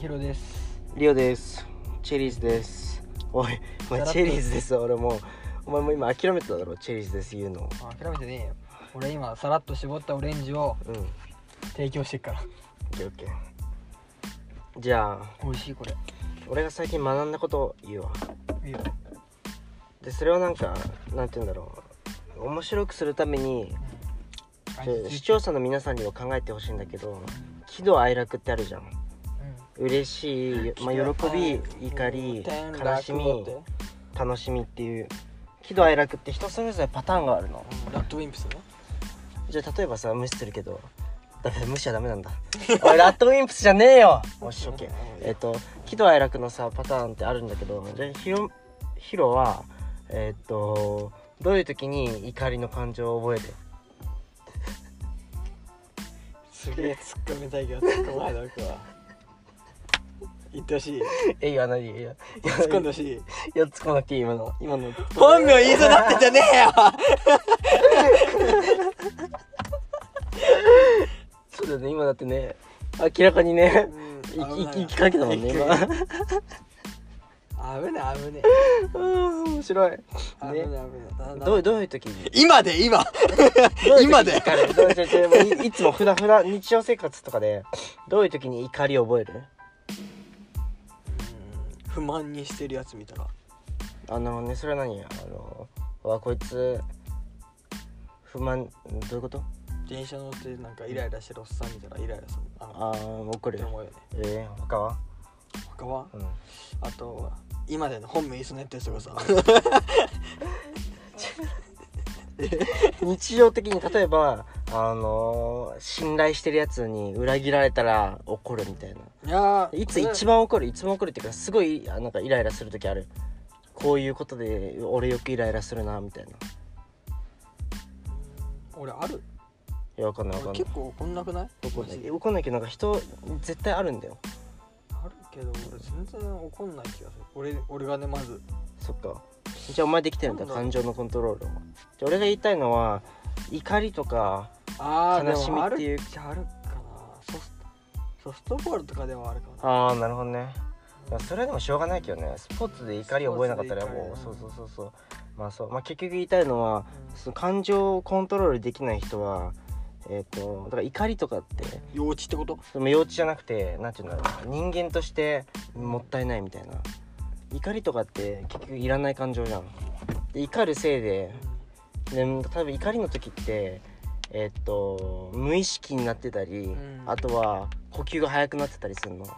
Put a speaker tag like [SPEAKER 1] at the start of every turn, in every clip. [SPEAKER 1] ヒロです
[SPEAKER 2] リオですチェリーズですおいお前
[SPEAKER 1] だらっと
[SPEAKER 2] チェリーズです俺もうお前もう今諦めてただろチェリーズです言うの
[SPEAKER 1] あ諦めてねえよ俺今さらっと絞ったオレンジを
[SPEAKER 2] うんオッ
[SPEAKER 1] 提供してっから
[SPEAKER 2] ケーオッケーじゃあ
[SPEAKER 1] 美味しいこれ
[SPEAKER 2] 俺が最近学んだことを言うわ
[SPEAKER 1] いいよ
[SPEAKER 2] でそれをなんかなんて言うんだろう面白くするためにちょ視聴者の皆さんには考えてほしいんだけど喜怒哀楽ってあるじゃん嬉しい、まあ、喜び怒り悲しみ楽しみっていう喜怒哀楽って人それぞれパターンがあるの
[SPEAKER 1] ラッドウィンプスね
[SPEAKER 2] じゃあ例えばさ無視するけどダメ無視はダメなんだ おいラットウィンプスじゃねえよおしオッケーえっと喜怒哀楽のさパターンってあるんだけどじゃあヒロヒロはえっとどういう時に怒りの感情を覚える
[SPEAKER 1] すげえ突っ込みたいけど突っ込まないだは言ってほしい
[SPEAKER 2] えいや何いや
[SPEAKER 1] 突っ込んでほしい
[SPEAKER 2] いや突っ込まなくていい今の今の
[SPEAKER 1] 本名言いそうになってんじゃねえよ
[SPEAKER 2] そうだよね今だってね明らかにねいいいきかけたもんね今
[SPEAKER 1] 危ない危ね
[SPEAKER 2] うん面白いね
[SPEAKER 1] え危ねえ危ねえ
[SPEAKER 2] どうどういう時 に
[SPEAKER 1] 今で今今で
[SPEAKER 2] どういう時に怒る いいつも普段普段日常生活とかでどういう時に怒りを覚える
[SPEAKER 1] 不満にしてるやつ見たら
[SPEAKER 2] あのねそれは何あのわこいつ不満どういうこと
[SPEAKER 1] 電車乗ってなんかイライラしてるおっさん見たらイライラするあの
[SPEAKER 2] あー怒
[SPEAKER 1] っ
[SPEAKER 2] る
[SPEAKER 1] て思うよね
[SPEAKER 2] えー、他は、
[SPEAKER 1] 他は
[SPEAKER 2] うん、
[SPEAKER 1] あとは今での本名いそうなやつとかさ
[SPEAKER 2] 日常的に例えばあのー信頼してるやつに裏切られたら怒るみ たい
[SPEAKER 1] や
[SPEAKER 2] ないいつ一
[SPEAKER 1] 番
[SPEAKER 2] 番怒るいつも怒るっていうかすごいあなんかイライラする時あるこういうことで俺よくイライラするなみたいない
[SPEAKER 1] 俺ある
[SPEAKER 2] やわかんないわか
[SPEAKER 1] 俺
[SPEAKER 2] んない
[SPEAKER 1] 結構怒んなくない
[SPEAKER 2] 怒んな
[SPEAKER 1] マ
[SPEAKER 2] い
[SPEAKER 1] ジで
[SPEAKER 2] けど怒んないけどなんか人絶対あるんだよ
[SPEAKER 1] あるけど俺全然怒んない気がする俺俺がねまず
[SPEAKER 2] そっかじゃあお前できてるんだ
[SPEAKER 1] なんだ
[SPEAKER 2] 感情のコントロールをじゃあ俺が言いたいのは怒りとか
[SPEAKER 1] あー
[SPEAKER 2] 悲しみってい
[SPEAKER 1] でもあ
[SPEAKER 2] う
[SPEAKER 1] るっちゃあるかなソフソフトボールとかではあるかな
[SPEAKER 2] ああなるほどねまあそれでもしょうがないけどねスポーツで怒りを覚えなかったら
[SPEAKER 1] スポーツで怒り
[SPEAKER 2] もう
[SPEAKER 1] ね
[SPEAKER 2] そうそうそうそうまあそうまあ結局言いたいのはその感情をコントロールできない人はえっ、とだから怒りとかって
[SPEAKER 1] 幼稚ってこと
[SPEAKER 2] その幼稚じゃなくてなんていうんだろう人間としてもったいないみたいな怒りとかって結局いらない感情じゃんで怒るせいでで多分怒りの時ってえっと無意識になってたり、
[SPEAKER 1] ん
[SPEAKER 2] あとは呼吸が速くなってたりするの、
[SPEAKER 1] うん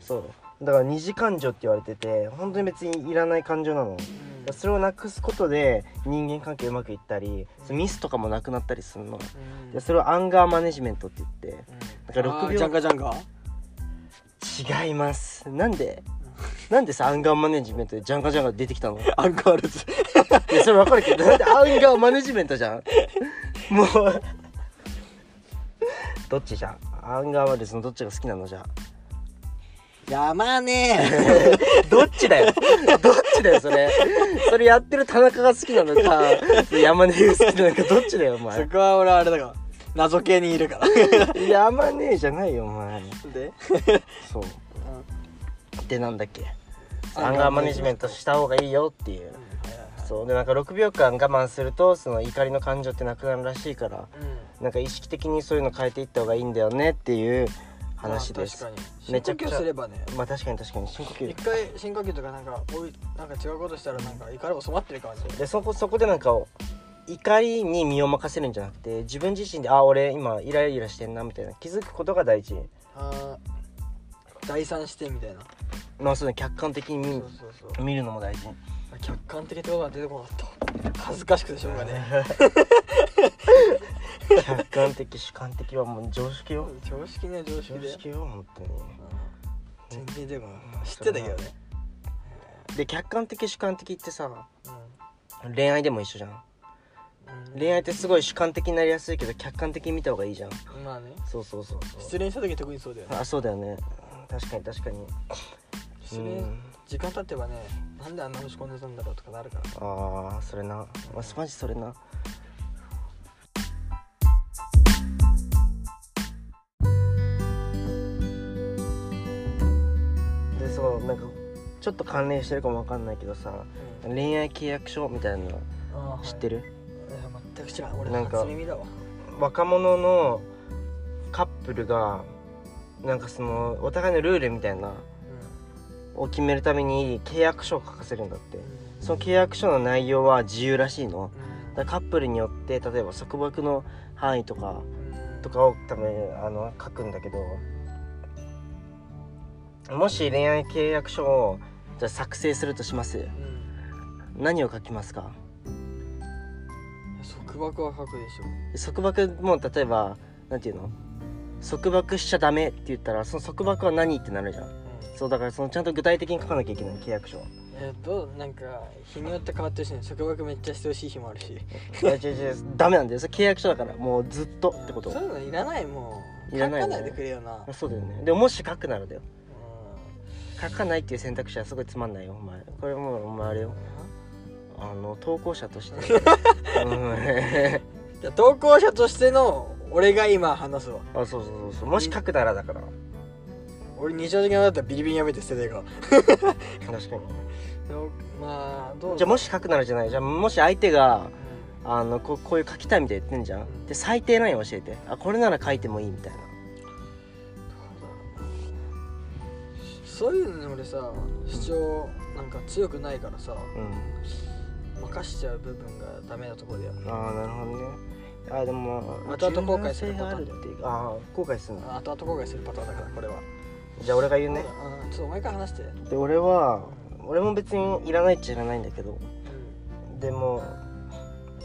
[SPEAKER 2] そうだから二次感情って言われてて本当に別にいらない感情なの
[SPEAKER 1] うん
[SPEAKER 2] それをなくすことで人間関係うまくいったりそのミスとかもなくなったりするの
[SPEAKER 1] うん
[SPEAKER 2] でそれをアンガーマネジメントって言ってだから
[SPEAKER 1] あ
[SPEAKER 2] 6
[SPEAKER 1] ー
[SPEAKER 2] 秒
[SPEAKER 1] ジャンガジャンガ
[SPEAKER 2] 違いますなんでなんでさアンガーマネジメントでジャンガジャンガ出てきたの
[SPEAKER 1] アンガールズ
[SPEAKER 2] いやそれ分かるけどなんでアンガーマネジメントじゃんもうどっちじゃんアンガーマネそのどっちが好きなのじゃあ
[SPEAKER 1] やまね
[SPEAKER 2] どっちだよどっちだよそれそれやってる田中が好きなのか山根が好きなのかどっちだよお
[SPEAKER 1] えそ
[SPEAKER 2] 前
[SPEAKER 1] こは俺あれだから謎系にいるから
[SPEAKER 2] 山根じゃないよお前
[SPEAKER 1] で
[SPEAKER 2] そうでなんだっけアンガーマネジメントした方がいいよっていうそうでなんか6秒間我慢するとその怒りの感情ってなくなるらしいからなんか意識的にそういうの変えていった方がいいんだよねっていう話です
[SPEAKER 1] まあ確かに
[SPEAKER 2] め
[SPEAKER 1] 深
[SPEAKER 2] ち
[SPEAKER 1] 呼
[SPEAKER 2] ゃくちゃ
[SPEAKER 1] 吸すればね
[SPEAKER 2] まあ確かに確かに深呼吸
[SPEAKER 1] 一回深呼吸とかなんかおいなんか違うことしたらなんか怒り収まってる感じ
[SPEAKER 2] でそこそこでなんか怒りに身を任せるんじゃなくて自分自身であ俺今イライラしてんなみたいな気づくことが大事
[SPEAKER 1] あー第三視点みたいな
[SPEAKER 2] まあそうね客観的に
[SPEAKER 1] そう
[SPEAKER 2] 見
[SPEAKER 1] そうそう
[SPEAKER 2] 見るのも大事
[SPEAKER 1] 客観的ってことが出てこなかった恥ずかしくてしょうがね
[SPEAKER 2] 客観的主観的はもう常 識よ
[SPEAKER 1] え常識ね常識
[SPEAKER 2] 常
[SPEAKER 1] で
[SPEAKER 2] 識よ本当に
[SPEAKER 1] うん全然でも知ってたけどね
[SPEAKER 2] で客観的主観的ってさ
[SPEAKER 1] う
[SPEAKER 2] 恋愛でも一緒じゃん
[SPEAKER 1] ん
[SPEAKER 2] 恋愛ってすごい主観的になりやすいけど客観的に見た方がいいじゃん
[SPEAKER 1] うんまあね
[SPEAKER 2] そうそうそうそう
[SPEAKER 1] 失恋した時特にそうだよね
[SPEAKER 2] あそうだよね確かに確かに
[SPEAKER 1] 失恋
[SPEAKER 2] うん
[SPEAKER 1] 時間経ってばねなんであんな落ち込んでたんだろうとかなるから
[SPEAKER 2] ああそれなまあマジそれななんかちょっと関連してるかもわかんないけどさ恋愛契約書みたいなの
[SPEAKER 1] あー
[SPEAKER 2] 知ってる、
[SPEAKER 1] はいいや全く知らん俺
[SPEAKER 2] なんか
[SPEAKER 1] 初耳だわ
[SPEAKER 2] 若者のカップルがなんかそのお互いのルールみたいなを決めるために契約書を書かせるんだってその契約書の内容は自由らしいの
[SPEAKER 1] うん
[SPEAKER 2] だからカップルによって例えば束縛の範囲とか
[SPEAKER 1] うん
[SPEAKER 2] とかを多分あの書くんだけどもし恋愛契約書をじゃあ作成するとします
[SPEAKER 1] うん
[SPEAKER 2] 何を書きますか
[SPEAKER 1] 束縛は書くでしょ
[SPEAKER 2] 束縛も例えばなんていうの束縛しちゃダメって言ったらその束縛は何ってなるじゃん
[SPEAKER 1] うん
[SPEAKER 2] そうだからそのちゃんと具体的に書かなきゃいけない契約書
[SPEAKER 1] えっとなんか日によって変わってるしね束縛めっちゃしてほしい日もあるし
[SPEAKER 2] いや違う違うダメなんだよそれ契約書だからもうずっとってこと
[SPEAKER 1] そういうのいらないもう
[SPEAKER 2] いらないよ
[SPEAKER 1] 書
[SPEAKER 2] ね
[SPEAKER 1] かないでくれよな
[SPEAKER 2] あそうだよねでももし書くならだよ書かないっていう選択肢はすごいつまんないよお前これもうお前あれよあの投稿者として うん
[SPEAKER 1] う んじゃあ投稿者としての俺が今話すわ
[SPEAKER 2] あそうそうそうそうもし書くならだから
[SPEAKER 1] 俺日常的なのだったらビリビリやめて捨てていから
[SPEAKER 2] 確かに
[SPEAKER 1] まあどう
[SPEAKER 2] じゃあもし書くならじゃないじゃあもし相手が
[SPEAKER 1] う
[SPEAKER 2] あのここういう書きたいみたいな言ってんじゃんで最低ライン教えてあこれなら書いてもいいみたいなん
[SPEAKER 1] そういうのに俺さ主張なんか強くないからさ
[SPEAKER 2] うん
[SPEAKER 1] 任しちゃう部分がダメなところだよ
[SPEAKER 2] ああなるほどねあーでも
[SPEAKER 1] 後々後悔するパターン
[SPEAKER 2] 柔軟性があっていうああ後悔するな
[SPEAKER 1] あ後々後悔するパターンだからこれは
[SPEAKER 2] じゃあ俺が言うね
[SPEAKER 1] うんちょっとお前から話して
[SPEAKER 2] で俺は俺も別にいらないっちゃいらないんだけど
[SPEAKER 1] う
[SPEAKER 2] でも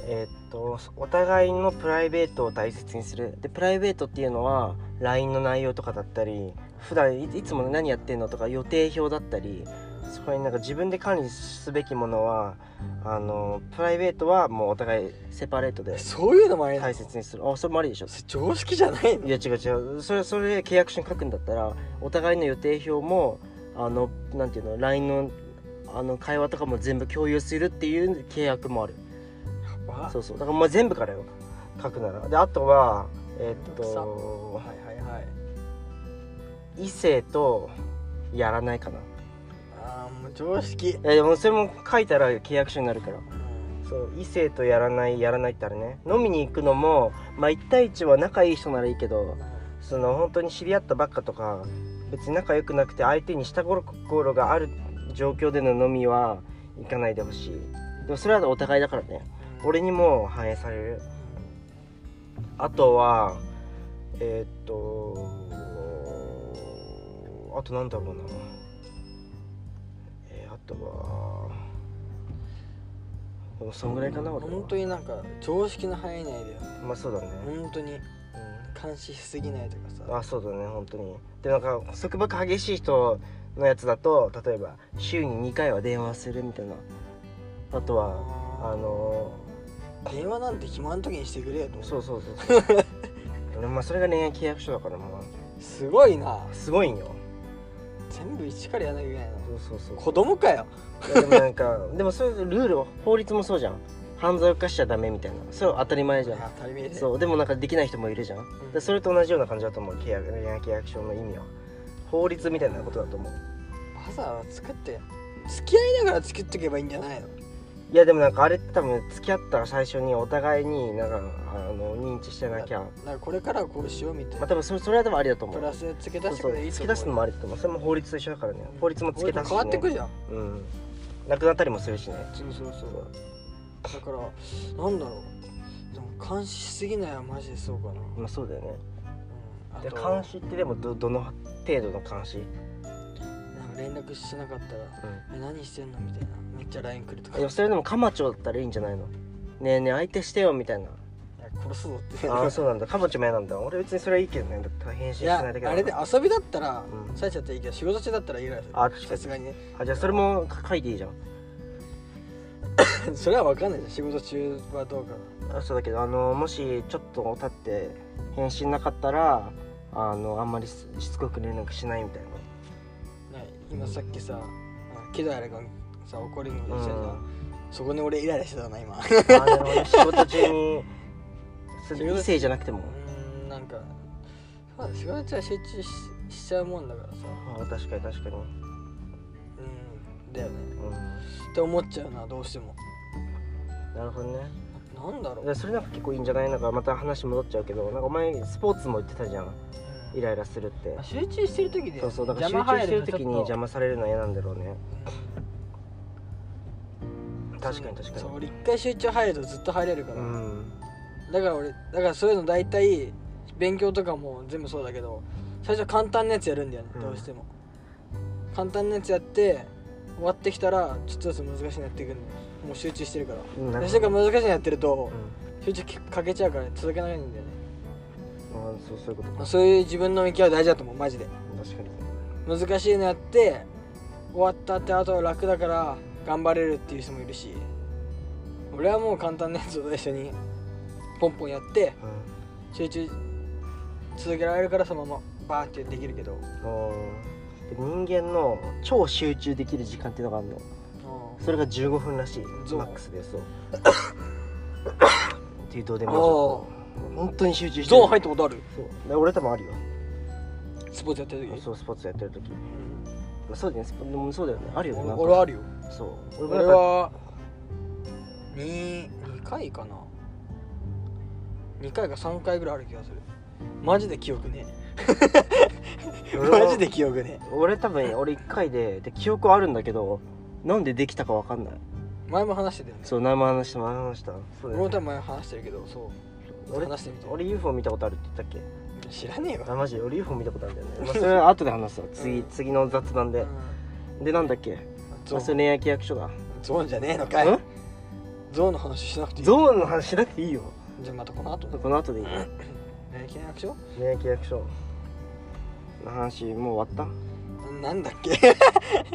[SPEAKER 2] えーっとお互いのプライベートを大切にするでプライベートっていうのは LINE の内容とかだったり普段いいつも何やってんのとか予定表だったりそこになんか自分で管理すべきものはあのプライベートはもうお互いセパレートで
[SPEAKER 1] んそういうのもありなの
[SPEAKER 2] 大切にするあそれもありでしょ
[SPEAKER 1] それ常識じゃないの
[SPEAKER 2] いや違う違うそれそれ契約書に書くんだったらお互いの予定表もあのなんていうの LINE のあの会話とかも全部共有するっていう契約もある
[SPEAKER 1] わ
[SPEAKER 2] そうそうだからもう全部からよ書くならであとはえーっ
[SPEAKER 1] めんどくさ
[SPEAKER 2] と
[SPEAKER 1] はいはいはい
[SPEAKER 2] 異性とやらないかない
[SPEAKER 1] ああもう常識
[SPEAKER 2] やでもそれも書いたら契約書になるから
[SPEAKER 1] うん
[SPEAKER 2] そう異性とやらないやらないってあるね飲みに行くのもまあ1対1は仲いい人ならいいけどその本当に知り合ったばっかとか別に仲良くなくて相手に下心がある状況での飲みは行かないでほしいでもそれはお互いだからね俺にも反映されるあとはえーっとあとなんだろうなえーあとはでもそんぐらいかな俺は
[SPEAKER 1] 本当になんか常識の範囲内だよね
[SPEAKER 2] まあそうだね、
[SPEAKER 1] 本当に
[SPEAKER 2] うん
[SPEAKER 1] 監視しすぎないとかさ
[SPEAKER 2] あそうだね本当にでなんか束縛激しい人のやつだと例えば週に2回は電話するみたいなあとはあの
[SPEAKER 1] 電話なんて暇の時にしてくれよと
[SPEAKER 2] そうそうそうそう俺まあそれが恋愛契約書だからま
[SPEAKER 1] すごいな
[SPEAKER 2] あすごいんよ
[SPEAKER 1] 全部一からやらなきゃいけないな
[SPEAKER 2] そうそうそう
[SPEAKER 1] 子供かよ
[SPEAKER 2] いやでもなんかでもそういうルールを法律もそうじゃん犯罪を犯しちゃダメみたいなそれは当たり前じゃん
[SPEAKER 1] 当たり前で
[SPEAKER 2] そうでもなんかできない人もいるじゃんでそれと同じような感じだと思う契約恋愛契約書の意味は法律みたいなことだと思う
[SPEAKER 1] わざわざ作って付き合いながら作っていけばいいんじゃないの
[SPEAKER 2] いやでもなんかあれって多分付き合った最初にお互いになんかあの認知してなきゃ
[SPEAKER 1] なんかこれからはこうしようみたい
[SPEAKER 2] まあ
[SPEAKER 1] な
[SPEAKER 2] 多分それそれは多分ありだと思
[SPEAKER 1] プ
[SPEAKER 2] う
[SPEAKER 1] ラス付け足
[SPEAKER 2] そ
[SPEAKER 1] して
[SPEAKER 2] うそ
[SPEAKER 1] く
[SPEAKER 2] う
[SPEAKER 1] れいいと
[SPEAKER 2] 付
[SPEAKER 1] 思う
[SPEAKER 2] け出すのもありだと思うそれも法律と一緒だからね法律も付け足すし、
[SPEAKER 1] 変
[SPEAKER 2] ね、
[SPEAKER 1] わってくじゃん
[SPEAKER 2] うんなくなったりもするしね
[SPEAKER 1] そうそうそうだからなんだろうでも監視しすぎないはマジでそうかな、
[SPEAKER 2] まあそうだよね
[SPEAKER 1] うん、
[SPEAKER 2] で
[SPEAKER 1] あと
[SPEAKER 2] 監視ってでもどどの程度の監視、
[SPEAKER 1] なんか連絡してなかったら「え何してんの?」みたいなめっちゃ LINE 来るとか「い
[SPEAKER 2] でも
[SPEAKER 1] や
[SPEAKER 2] それでもカマチョだったらいいんじゃないのねえねえ相手してよみたいな
[SPEAKER 1] 殺すぞ」って
[SPEAKER 2] ああそうなんだカマチョも嫌なんだ俺別にそれはいいけどねだって返信
[SPEAKER 1] い
[SPEAKER 2] し
[SPEAKER 1] や
[SPEAKER 2] ないだけだ
[SPEAKER 1] あれで遊びだったら
[SPEAKER 2] うん
[SPEAKER 1] されちゃっていいけど仕事中だったらいいぐらい
[SPEAKER 2] あ確か
[SPEAKER 1] さ
[SPEAKER 2] に
[SPEAKER 1] すがにね
[SPEAKER 2] あじゃあそれも書いていいじゃん
[SPEAKER 1] それは分かんないじゃん仕事中はどうか
[SPEAKER 2] あそうだけどあのもしちょっと経って返信なかったらあのあんまりししつこく連絡しないみたいな
[SPEAKER 1] ね今さっきさあ喜怒哀楽がさ怒りのことしてたじゃ
[SPEAKER 2] うん
[SPEAKER 1] そこに俺イライラしてたな 今う
[SPEAKER 2] あなるほど仕事中にそ
[SPEAKER 1] 仕事
[SPEAKER 2] れ異性じゃなくても
[SPEAKER 1] ーんなんかそうだ仕事中は集中ししちゃうもんだからさ
[SPEAKER 2] あ確かに確かに
[SPEAKER 1] だよね
[SPEAKER 2] う
[SPEAKER 1] って思っちゃうなどうしても
[SPEAKER 2] んなるほどね
[SPEAKER 1] なんだろう、
[SPEAKER 2] でそれなんか結構いいんじゃないなんかまた話戻っちゃうけどなんかお前スポーツも言ってたじゃん
[SPEAKER 1] うん
[SPEAKER 2] イライラするって
[SPEAKER 1] まあ集中してる時で
[SPEAKER 2] そうそうだから集中してる時に邪魔されるのは嫌なんだろうね確かに確か
[SPEAKER 1] そう
[SPEAKER 2] に
[SPEAKER 1] 俺一回集中入るとずっと入れるから、
[SPEAKER 2] うん
[SPEAKER 1] だから俺だからそういうの大体勉強とかも全部そうだけど最初簡単なやつやるんだよね、
[SPEAKER 2] うん
[SPEAKER 1] どうしても簡単なやつやって終わってきたらちょっとずつ難しいのやっていくんだよもう集中してるから
[SPEAKER 2] うんなん
[SPEAKER 1] で
[SPEAKER 2] か
[SPEAKER 1] それから難しいのやってると
[SPEAKER 2] う
[SPEAKER 1] 集中かけちゃうから続けないんだよね、
[SPEAKER 2] んあーそうそういうこと
[SPEAKER 1] まあ
[SPEAKER 2] か
[SPEAKER 1] そういう自分の見極め大事だと思うマジで
[SPEAKER 2] 確かに
[SPEAKER 1] 難しいのやって終わったってあとは楽だから頑張れるっていう人もいるし俺はもう簡単なやつを最初にポンポンやって
[SPEAKER 2] う
[SPEAKER 1] 集中続けられるからそのままバーってできるけど
[SPEAKER 2] んおーで人間の超集中できる時間っていうのがあるのそれが15分らしい
[SPEAKER 1] そう
[SPEAKER 2] マックスでそう っていうどうで
[SPEAKER 1] ああ
[SPEAKER 2] もいい状況本当に集中して
[SPEAKER 1] ゾーン入
[SPEAKER 2] っ
[SPEAKER 1] ったことある
[SPEAKER 2] て俺多分あるよ
[SPEAKER 1] スポーツやってる時
[SPEAKER 2] そうスポーツやってる時ま
[SPEAKER 1] うん
[SPEAKER 2] あそうだよねスポでもそうだよねあるよね
[SPEAKER 1] 俺
[SPEAKER 2] なんか
[SPEAKER 1] 俺はあるよ
[SPEAKER 2] そう
[SPEAKER 1] 俺
[SPEAKER 2] もなんか
[SPEAKER 1] は 2, 2回かな2回か3回ぐらいある気がするマジで記憶ねえ
[SPEAKER 2] 俺は
[SPEAKER 1] マジで記憶ねえ
[SPEAKER 2] 俺多分俺1回でで記憶あるんだけどなんでできたかわかんない
[SPEAKER 1] 前も話してたよね
[SPEAKER 2] そう生話した前話したそうだ
[SPEAKER 1] 俺も
[SPEAKER 2] よね
[SPEAKER 1] 多分前話してるけどそう
[SPEAKER 2] 俺
[SPEAKER 1] 話してみて
[SPEAKER 2] 俺 UFO 見たことあるって言ったっけ
[SPEAKER 1] 知らねえ
[SPEAKER 2] あ
[SPEAKER 1] わ
[SPEAKER 2] マジで俺 UFO 見たことあるんだよね、まあ、それは後で話すわ
[SPEAKER 1] う
[SPEAKER 2] 次、
[SPEAKER 1] ん
[SPEAKER 2] 次の雑談で
[SPEAKER 1] う、ん
[SPEAKER 2] でなんだっけ
[SPEAKER 1] ゾ
[SPEAKER 2] まあ、そ
[SPEAKER 1] ー
[SPEAKER 2] れ
[SPEAKER 1] ン
[SPEAKER 2] 恋愛契約書だ
[SPEAKER 1] ゾーンじゃねえのか
[SPEAKER 2] ん
[SPEAKER 1] いゾーンの話しなくていい
[SPEAKER 2] ゾーンの話しなくていいよ
[SPEAKER 1] じゃあまたこの後
[SPEAKER 2] この後でいいよ
[SPEAKER 1] え契約書
[SPEAKER 2] 恋愛契約書の話もう終わっ
[SPEAKER 1] なんだっけ
[SPEAKER 2] た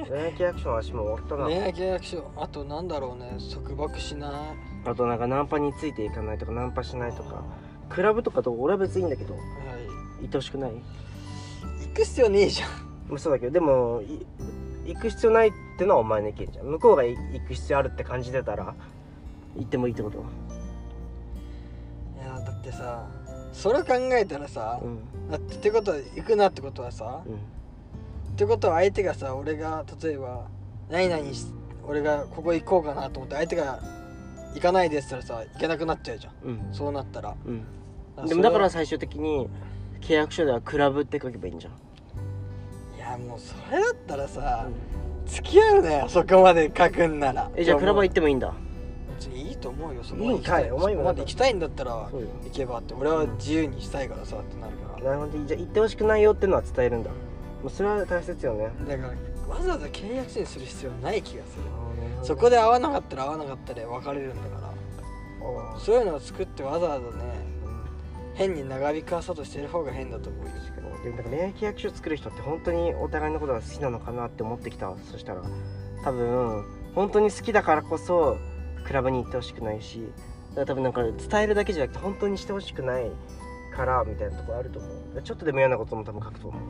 [SPEAKER 2] 恋愛契約書の話もう終わったな、
[SPEAKER 1] 恋愛契約書あとなんだろうね束縛しない
[SPEAKER 2] あとなんかナンパについていかないとかナンパしないとかクラブとかと俺は別にいいんだけど
[SPEAKER 1] は
[SPEAKER 2] 愛おしくない
[SPEAKER 1] い行く必要ねえじゃん
[SPEAKER 2] まあそうだけどでもい行く必要ないってのはお前の意見じゃん向こうがい行く必要あるって感じてたら行ってもいいってこと
[SPEAKER 1] いやだってさそれ考えたらさ
[SPEAKER 2] う、ん
[SPEAKER 1] だってってことは行くなってことはさ、
[SPEAKER 2] うん
[SPEAKER 1] ってことは相手がさ俺が例えば何々し俺がここ行こうかなと思って相手が行かないですって言ったらさ行けなくなっちゃうじゃん
[SPEAKER 2] うん
[SPEAKER 1] そうなったら
[SPEAKER 2] うん
[SPEAKER 1] そ
[SPEAKER 2] で
[SPEAKER 1] れ
[SPEAKER 2] も
[SPEAKER 1] は
[SPEAKER 2] だから最終的に契約書ではクラブって書けばいいんじゃん
[SPEAKER 1] いやもうそれだったらさ、付き合うなよそこまで書くんなら
[SPEAKER 2] えじゃあクラブは行ってもいいんだ
[SPEAKER 1] 別にいいと思うよそこ
[SPEAKER 2] い
[SPEAKER 1] まで
[SPEAKER 2] いん
[SPEAKER 1] 行きた
[SPEAKER 2] か
[SPEAKER 1] い
[SPEAKER 2] いお前
[SPEAKER 1] そ
[SPEAKER 2] も
[SPEAKER 1] こ
[SPEAKER 2] な
[SPEAKER 1] ま
[SPEAKER 2] ん
[SPEAKER 1] で行
[SPEAKER 2] か
[SPEAKER 1] きたいんだったら
[SPEAKER 2] そうよ
[SPEAKER 1] 行けばって俺は自由にしたいからさってなるから、
[SPEAKER 2] なるほどじゃあ行ってほしくないよってのは伝えるんだもうそれは大切よね
[SPEAKER 1] だからわざわざ契約書にする必要ない気がするそ
[SPEAKER 2] そ
[SPEAKER 1] こで会わなかったら会わなかったで別れるんだから
[SPEAKER 2] あ
[SPEAKER 1] そういうのを作ってわざわざね
[SPEAKER 2] ーうん
[SPEAKER 1] 変に長引かそうとしてる方が変だと思うよ
[SPEAKER 2] 確かにでもなんか恋愛契約書作る人って本当にお互いのことが好きなのかなって思ってきたそしたら多分本当に好きだからこそクラブに行ってほしくないしだから多分なんか伝えるだけじゃなくて本当にしてほしくないからみたいなところあると思うちょっとでも嫌なことも多分書くと思う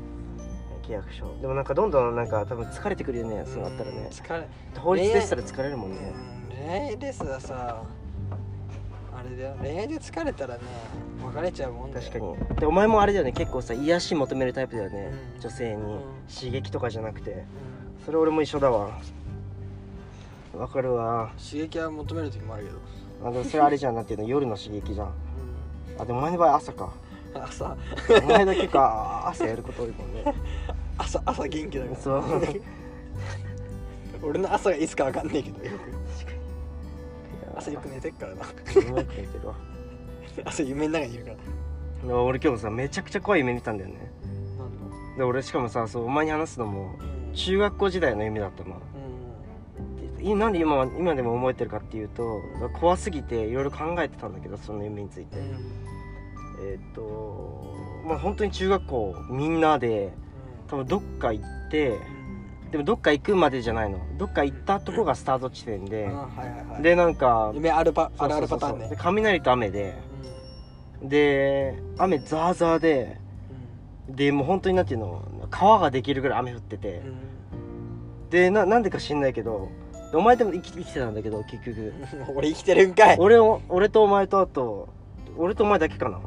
[SPEAKER 2] 契約書でもなんかどんどんなんか多分疲れてくるよねそうなったら
[SPEAKER 1] うん
[SPEAKER 2] ね
[SPEAKER 1] 疲れ
[SPEAKER 2] 法律でしたら疲れるもんね
[SPEAKER 1] うん恋愛ですらさあれだよ恋愛で疲れたらね別れちゃうもんだよ
[SPEAKER 2] 確かにでお前もあれだよね結構さ癒し求めるタイプだよね、
[SPEAKER 1] うん
[SPEAKER 2] 女性に、
[SPEAKER 1] うん
[SPEAKER 2] 刺激とかじゃなくて
[SPEAKER 1] うん
[SPEAKER 2] それ俺も一緒だわわかるわ
[SPEAKER 1] 刺激は求める時もあるけど、
[SPEAKER 2] あでもそれあれじゃんなんていうの夜の刺激じゃんあでもお前の場合朝か
[SPEAKER 1] 朝
[SPEAKER 2] お前だけか朝やること多いもんね
[SPEAKER 1] 朝朝元気だから
[SPEAKER 2] そう確かに
[SPEAKER 1] 俺の朝がいつかわかんないけどよく朝よく寝てっからな
[SPEAKER 2] く寝てるわ
[SPEAKER 1] 朝夢の中にいるから
[SPEAKER 2] でも俺今日さめちゃくちゃ怖い夢見たんだよね
[SPEAKER 1] なん
[SPEAKER 2] で俺しかもさそうお前に話すのも
[SPEAKER 1] だうん
[SPEAKER 2] 中学校時代の夢だったのいなんで今今でも思えてるかっていうと怖すぎていろいろ考えてたんだけどその夢について、
[SPEAKER 1] うん
[SPEAKER 2] えーっ、とまあ本当に中学校みんなで多分どっか行ってでもどっか行くまでじゃないのどっか行ったとこがスタート地点
[SPEAKER 1] う
[SPEAKER 2] で
[SPEAKER 1] ん、あはいはいはい
[SPEAKER 2] でなんか
[SPEAKER 1] 夢あるパ
[SPEAKER 2] そ
[SPEAKER 1] あ
[SPEAKER 2] う
[SPEAKER 1] るあ
[SPEAKER 2] そう
[SPEAKER 1] る
[SPEAKER 2] そ
[SPEAKER 1] パ
[SPEAKER 2] う
[SPEAKER 1] タ
[SPEAKER 2] そう
[SPEAKER 1] ーンね
[SPEAKER 2] で雷と雨でで雨ザーザーででもう本当になんていうの川ができるぐらい雨降ってて
[SPEAKER 1] うんうん
[SPEAKER 2] でななんでか知んないけどでお前でも生き生きてたんだけど結局
[SPEAKER 1] うん 俺生きてるんかい
[SPEAKER 2] 俺を俺とお前とあと俺とお前だけかな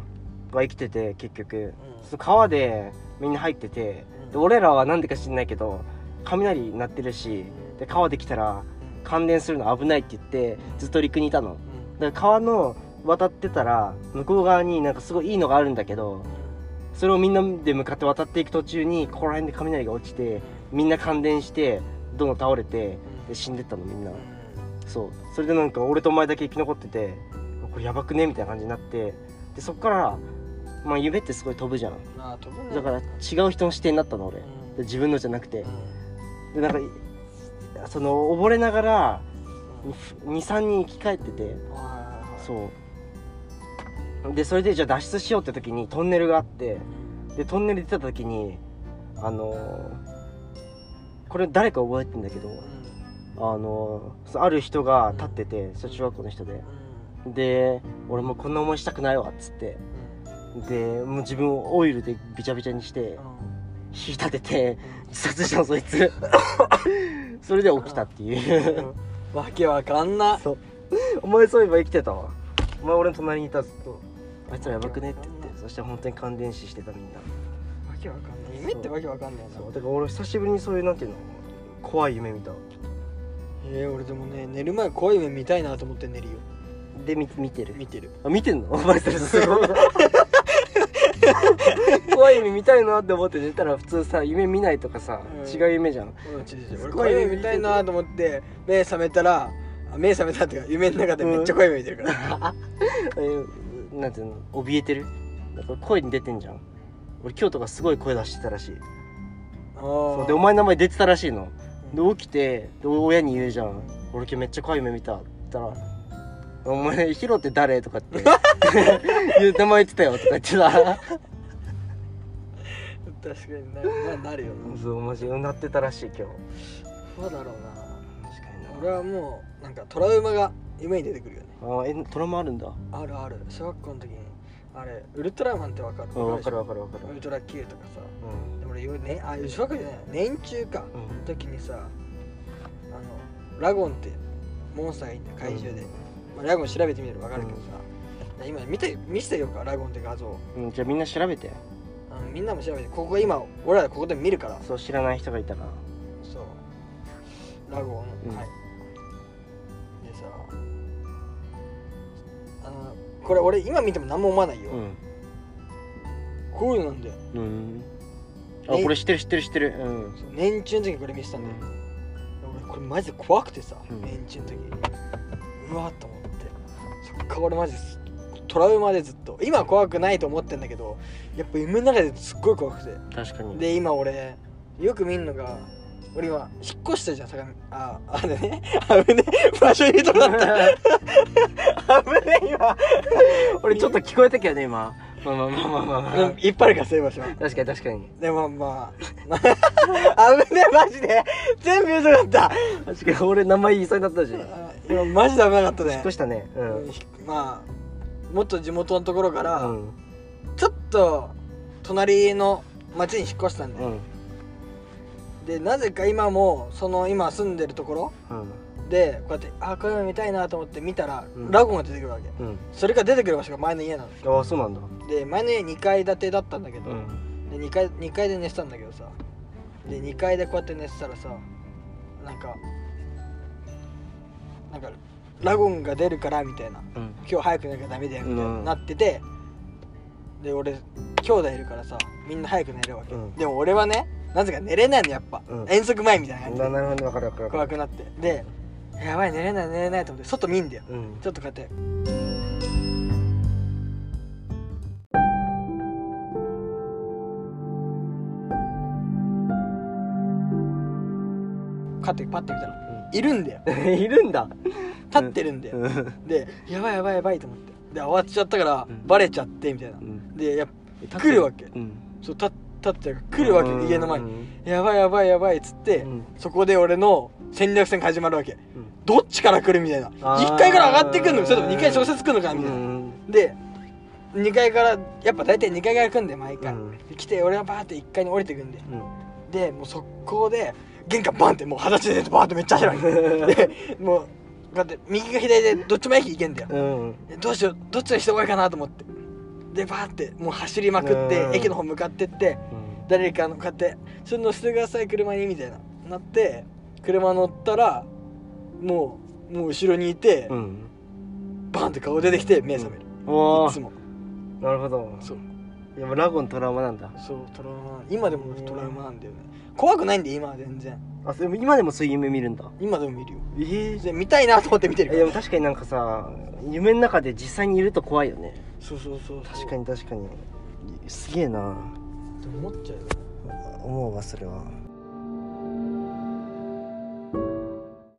[SPEAKER 2] が生きてて結局その川でみんな入っててで
[SPEAKER 1] うん
[SPEAKER 2] 俺らは何でか知んないけど雷鳴ってるしで川で来たら感電するの危ないって言ってずっと陸にいたの
[SPEAKER 1] うん
[SPEAKER 2] だから川の渡ってたら向こう側になんかすごいいいのがあるんだけどそれをみんなで向かって渡っていく途中にここら辺で雷が落ちてみんな感電してどんどん倒れてで死んでったのみんなそうそれでなんか俺とお前だけ生き残っててこれやばくねみたいな感じになってでそっからまあ夢ってすごい飛ぶじゃん
[SPEAKER 1] うんまあ飛ぶね
[SPEAKER 2] だから違う人の視点になったの俺で
[SPEAKER 1] うん
[SPEAKER 2] 自分のじゃなくて
[SPEAKER 1] うん
[SPEAKER 2] でなんかいその溺れながら
[SPEAKER 1] うん
[SPEAKER 2] 23人生き返ってて
[SPEAKER 1] はいはいはい
[SPEAKER 2] そうでそれでじゃあ脱出しようって時にトンネルがあってでトンネル出た時にあのーこれ誰か覚えてんだけどあのーそうある人が立っててそう中学校の人でで俺もうこんな思いしたくないわっつってでもう自分をオイルでびちゃびちゃにして火立てて自殺したのそいつそれで起きたっていう
[SPEAKER 1] うんわけわかんな
[SPEAKER 2] そうお前そういえば生きてたわお前俺の隣にいたずっとあいつらやばくねって言ってそして本当に感電死してたみんな
[SPEAKER 1] わけわかんない夢ってわけわかんないな
[SPEAKER 2] そうだから俺久しぶりにそういうなんていうの怖い夢見た
[SPEAKER 1] えー、俺でもね寝る前怖い夢見たいなと思って寝るよ
[SPEAKER 2] で見見てる
[SPEAKER 1] 見てる
[SPEAKER 2] あ見てんのお前それす ごい怖い夢見たいなって思って寝たら普通さ夢見ないとかさ、
[SPEAKER 1] うん
[SPEAKER 2] 違う夢 じゃん
[SPEAKER 1] うんちょちょちょ
[SPEAKER 2] す
[SPEAKER 1] 俺
[SPEAKER 2] ご
[SPEAKER 1] 怖
[SPEAKER 2] い
[SPEAKER 1] い夢見たいなと思って目覚めたらあ目覚めたっていうか夢の中でめっちゃ怖い夢見てるから、
[SPEAKER 2] えーなんていうの怯えてるなんか声に出てんじゃん俺今日とかすごい声出してたらしいそうでお前の名前出てたらしいので起きてで親に言うじゃん「俺今日めっちゃ怖い夢見た」って言ったら「お前ヒロって誰?」と かって 「言う名前言ってたよ」とか言ってた
[SPEAKER 1] 確かにな,、まあ、なるよな
[SPEAKER 2] そうマジうなってたらしい今日
[SPEAKER 1] そうだろうな
[SPEAKER 2] 確か
[SPEAKER 1] 俺はもうなんかトラウマが夢に出てくるよね
[SPEAKER 2] になあえトラウマあるんだ
[SPEAKER 1] あるある小学校の時にあれウルトラマンってわかる
[SPEAKER 2] うんわかるわかるわかる
[SPEAKER 1] ウルトラ Q とかさ
[SPEAKER 2] うん
[SPEAKER 1] でも俺よ、ね、あ小学校じゃない年中か
[SPEAKER 2] うん
[SPEAKER 1] 時にさあのラゴンってモンスターがいいんだよ怪獣で、
[SPEAKER 2] うん
[SPEAKER 1] まあ、ラゴン調べてみれば分かるけどさ、今見て見せてよかラゴンって画像
[SPEAKER 2] うんじゃあみんな調べて
[SPEAKER 1] あのみんなも調べてここ今俺らここで見るから
[SPEAKER 2] そう知らない人がいたら
[SPEAKER 1] そうラゴン、
[SPEAKER 2] うん
[SPEAKER 1] はいでさあのこれ俺今見ても何も思わないよ、
[SPEAKER 2] うん
[SPEAKER 1] こういうのなんだよ
[SPEAKER 2] うんあ
[SPEAKER 1] え
[SPEAKER 2] これ知ってる知ってる知ってるうん
[SPEAKER 1] そう年中の時にこれ見せたんだよ、俺これマジで怖くてさ、
[SPEAKER 2] うん
[SPEAKER 1] 年中の時うわーっと思ってそっから俺マジですトラウマでずっと今は怖くないと思ってんだけどやっぱ夢の中ですっごい怖くて
[SPEAKER 2] 確かに
[SPEAKER 1] で今俺よく見るのが俺今引っ越したじゃん相模ああれね 危ねえ場所入れとかった危ねえ今
[SPEAKER 2] 俺ちょっと聞こえたけどね今まあまあまあまあまあ、ま
[SPEAKER 1] う
[SPEAKER 2] あ
[SPEAKER 1] ん、いっぱいあるからそういう場所
[SPEAKER 2] 確かに確かに
[SPEAKER 1] でもまあ 危ねえマジで全部言うとかっ
[SPEAKER 2] 確かに俺名前言いそうになったし、
[SPEAKER 1] たあ今マジで危なかったね
[SPEAKER 2] 引っ越したねう
[SPEAKER 1] うん
[SPEAKER 2] ん、
[SPEAKER 1] ひまあもっと地元のところから、
[SPEAKER 2] うん
[SPEAKER 1] ちょっと隣の町に引っ越したん
[SPEAKER 2] う
[SPEAKER 1] で、で
[SPEAKER 2] ん
[SPEAKER 1] なぜか今もその今住んでるところ
[SPEAKER 2] うん
[SPEAKER 1] でこうやってあこういうの見たいなと思って見たら、
[SPEAKER 2] うん
[SPEAKER 1] ラゴンが出てくるわけ
[SPEAKER 2] うん
[SPEAKER 1] それが出てくる場所が前の家なの
[SPEAKER 2] ああそうなんだ
[SPEAKER 1] で前の家2階建てだったんだけど、
[SPEAKER 2] うん
[SPEAKER 1] で 2, 階2階で寝てたんだけどさで2階でこうやって寝てたらさなんかなんかラゴンが出るからみたいな
[SPEAKER 2] うん
[SPEAKER 1] 今日早く寝なきゃダメだよみたい
[SPEAKER 2] うん
[SPEAKER 1] になってて、で俺兄弟いるからさみんな早く寝るわけ、
[SPEAKER 2] うん
[SPEAKER 1] でも俺はねなぜか寝れないのやっぱ、
[SPEAKER 2] うん
[SPEAKER 1] 遠足前みたいな感じ
[SPEAKER 2] な
[SPEAKER 1] で
[SPEAKER 2] なるほどわかるわかるわか
[SPEAKER 1] 怖くなってでやばい寝れない寝れないと思って外見んだよ
[SPEAKER 2] るうん
[SPEAKER 1] ちょっとこうやってかってパッて見たらいるんだよ
[SPEAKER 2] いるんだ
[SPEAKER 1] 立ってるんだよ、
[SPEAKER 2] うん
[SPEAKER 1] でやばいやばいやばいと思ってで慌てちゃったから
[SPEAKER 2] うん
[SPEAKER 1] バレちゃってみたいな
[SPEAKER 2] うん
[SPEAKER 1] でやっ来るわけ
[SPEAKER 2] うん
[SPEAKER 1] そう立立ってたから来るわ
[SPEAKER 2] うん
[SPEAKER 1] け家の前
[SPEAKER 2] う
[SPEAKER 1] に
[SPEAKER 2] ん
[SPEAKER 1] やばいやばいやばいっつって、
[SPEAKER 2] うん
[SPEAKER 1] そこで俺の戦略戦が始まるわけどっちから来るみたいな
[SPEAKER 2] あー
[SPEAKER 1] 1階から上がってくんのかそれとも2階直接来るのかみたいな、
[SPEAKER 2] うん
[SPEAKER 1] で2階からやっぱ大体2階から来んで毎回、
[SPEAKER 2] うん
[SPEAKER 1] で来て俺はバーって1階に降りてくんで
[SPEAKER 2] うん
[SPEAKER 1] でもう速攻で玄関バンってもう裸足で出てバーってめっちゃ走るわ けでもうこうやって右か左でどっちも駅行けんだよ
[SPEAKER 2] うん
[SPEAKER 1] でどうしようどっちの人が多いかなと思ってでバーってもう走りまくって、
[SPEAKER 2] うん
[SPEAKER 1] 駅の方向かってって誰かのこうやって「そのしてください車に」みたいななって車乗ったらもうもう後ろにいて、
[SPEAKER 2] うん
[SPEAKER 1] バンって顔出てきて目覚める、
[SPEAKER 2] お
[SPEAKER 1] いつ
[SPEAKER 2] お
[SPEAKER 1] も
[SPEAKER 2] なるほど
[SPEAKER 1] そう
[SPEAKER 2] いやもうラゴントラウマなんだ
[SPEAKER 1] そうトラウマ今でもトラウマなんだよね怖くないんで今は全然
[SPEAKER 2] あでも今でもそういう夢見るんだ
[SPEAKER 1] 今でも見るよ
[SPEAKER 2] ええ
[SPEAKER 1] 全然見たいなと思って見てるか
[SPEAKER 2] で
[SPEAKER 1] ら
[SPEAKER 2] も確かになんかさ夢の中で実際にいると怖いよね
[SPEAKER 1] そうそうそうそう
[SPEAKER 2] 確かに確かにすげえな
[SPEAKER 1] って思っちゃうよね
[SPEAKER 2] 思うわそれは